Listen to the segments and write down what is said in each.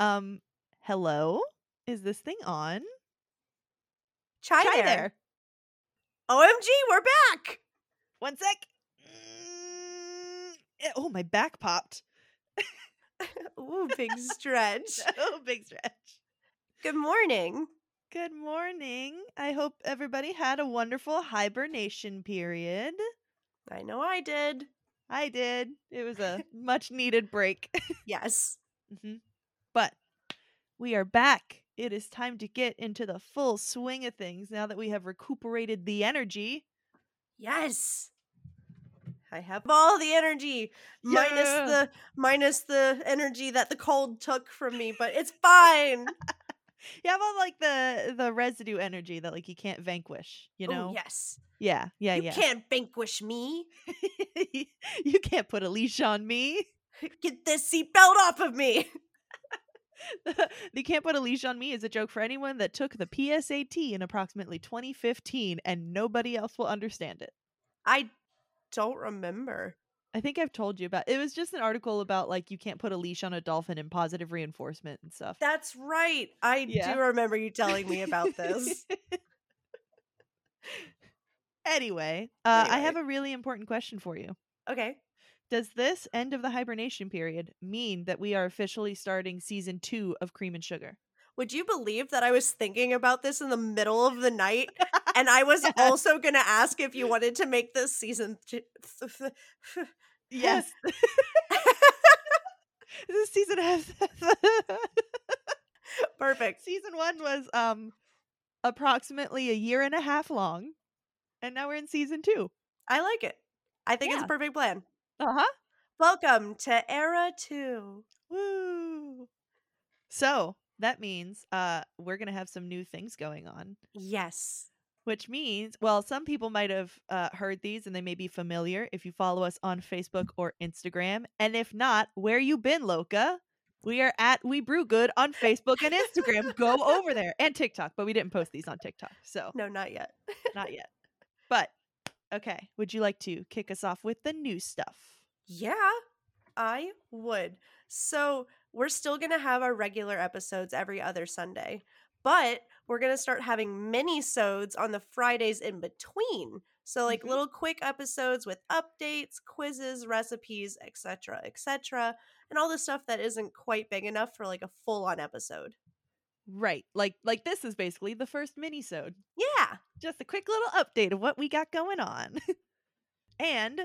Um, hello? Is this thing on? Chai, Hi there. OMG, we're back. One sec. Mm, eh, Oh, my back popped. Ooh, big stretch. Oh, big stretch. Good morning. Good morning. I hope everybody had a wonderful hibernation period. I know I did. I did. It was a much needed break. Yes. hmm But we are back. It is time to get into the full swing of things now that we have recuperated the energy. Yes. I have all the energy minus Yeah. the minus the energy that the cold took from me, but it's fine. You have all like the the residue energy that like you can't vanquish, you Ooh, know? Oh, yes. yeah, yeah, you yeah. can't vanquish me. you can't put a leash on me. Get this seatbelt off of me. you can't put a leash on me is a joke for anyone that took the PSAT in approximately 2015 and nobody else will understand it. I don't remember. I think I've told you about it was just an article about like you can't put a leash on a dolphin and positive reinforcement and stuff. That's right. I Yeah. do remember you telling me about this. anyway, uh, I Anyway. have a really important question for you. okay. Does this end of the hibernation period mean that we are officially starting season two of Cream and Sugar? Would you believe that I was thinking about this in the middle of the night? And I was also going to ask if you wanted to make this season. T- Yes. this is season Perfect. season one was um approximately a year and a half long, and now we're in season two. I like it. I think it's Yeah. a perfect plan. Uh huh. Welcome to Era 2. Woo! So that means uh we're gonna have some new things going on. Yes. which means well some people might have uh, heard these and they may be familiar if you follow us on facebook or instagram and if not where you been loca we are at we brew good on facebook and instagram go over there and tiktok but we didn't post these on tiktok so No, not yet. not yet but okay would you like to kick us off with the new stuff Yeah, I would. So we're still going to have our regular episodes every other Sunday, but we're going to start having mini-sodes on the Fridays in between. So like Mhm. little quick episodes with updates, quizzes, recipes, etc., etc., and all the stuff that isn't quite big enough for like a full-on episode. right like like this is basically the first mini sode Yeah. just a quick little update of what we got going on. and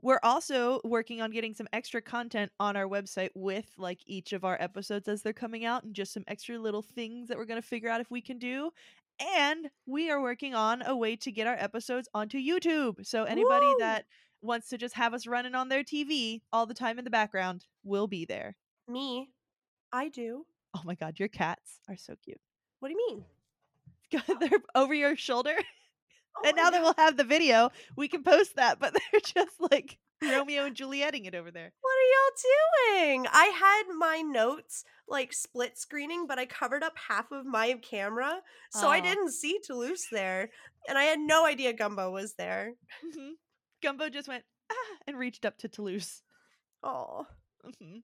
we're also working on getting some extra content on our website with like each of our episodes as they're coming out and just some extra little things that we're going to figure out if we can do. And we are working on a way to get our episodes onto YouTube. So anybody Woo! that wants to just have us running on their TV all the time in the background will be there. Me, I do. Oh my god, your cats are so cute. What do you mean? they're over your shoulder. Oh and my now that God. we'll have the video, we can post that. But they're just like Romeo and Julieting it over there. What are y'all doing? I had my notes like split screening, but I covered up half of my camera, so I Aw. didn't see Toulouse there, and I had no idea Gumbo was there. hmm Gumbo just went ah, and reached up to Toulouse. Oh. hmm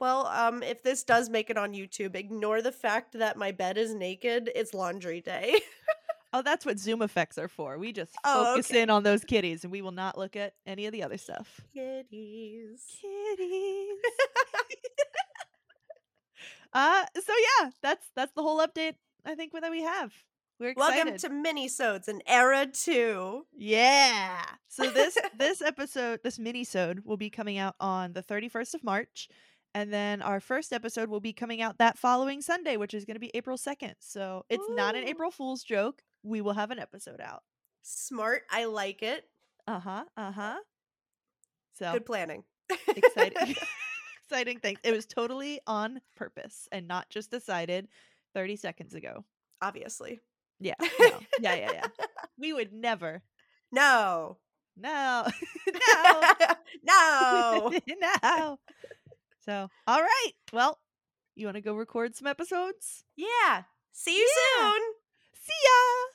Well, um, if this does make it on YouTube, ignore the fact that my bed is naked. It's laundry day. Oh, that's what Zoom effects are for. We just Oh, focus okay. in on those kitties, and we will not look at any of the other stuff. Kitties. Kitties. uh, so yeah, that's that's the whole update. I think that we have. We're excited. Welcome to Minisodes in Era 2. Yeah. So this this episode, this mini-sode will be coming out on the 31st of March. And then our first episode will be coming out that following Sunday, which is going to be April 2nd. So it's not an Ooh. April Fool's joke. We will have an episode out. Smart. I like it. Uh-huh. Uh-huh. So Good planning. exciting. exciting things. It was totally on purpose and not just decided 30 seconds ago. Obviously. Yeah. no. Yeah, yeah, yeah. We would never. No. No. no. no. now. So, all right. Well, you want to go record some episodes? Yeah. See you Yeah. soon. See ya.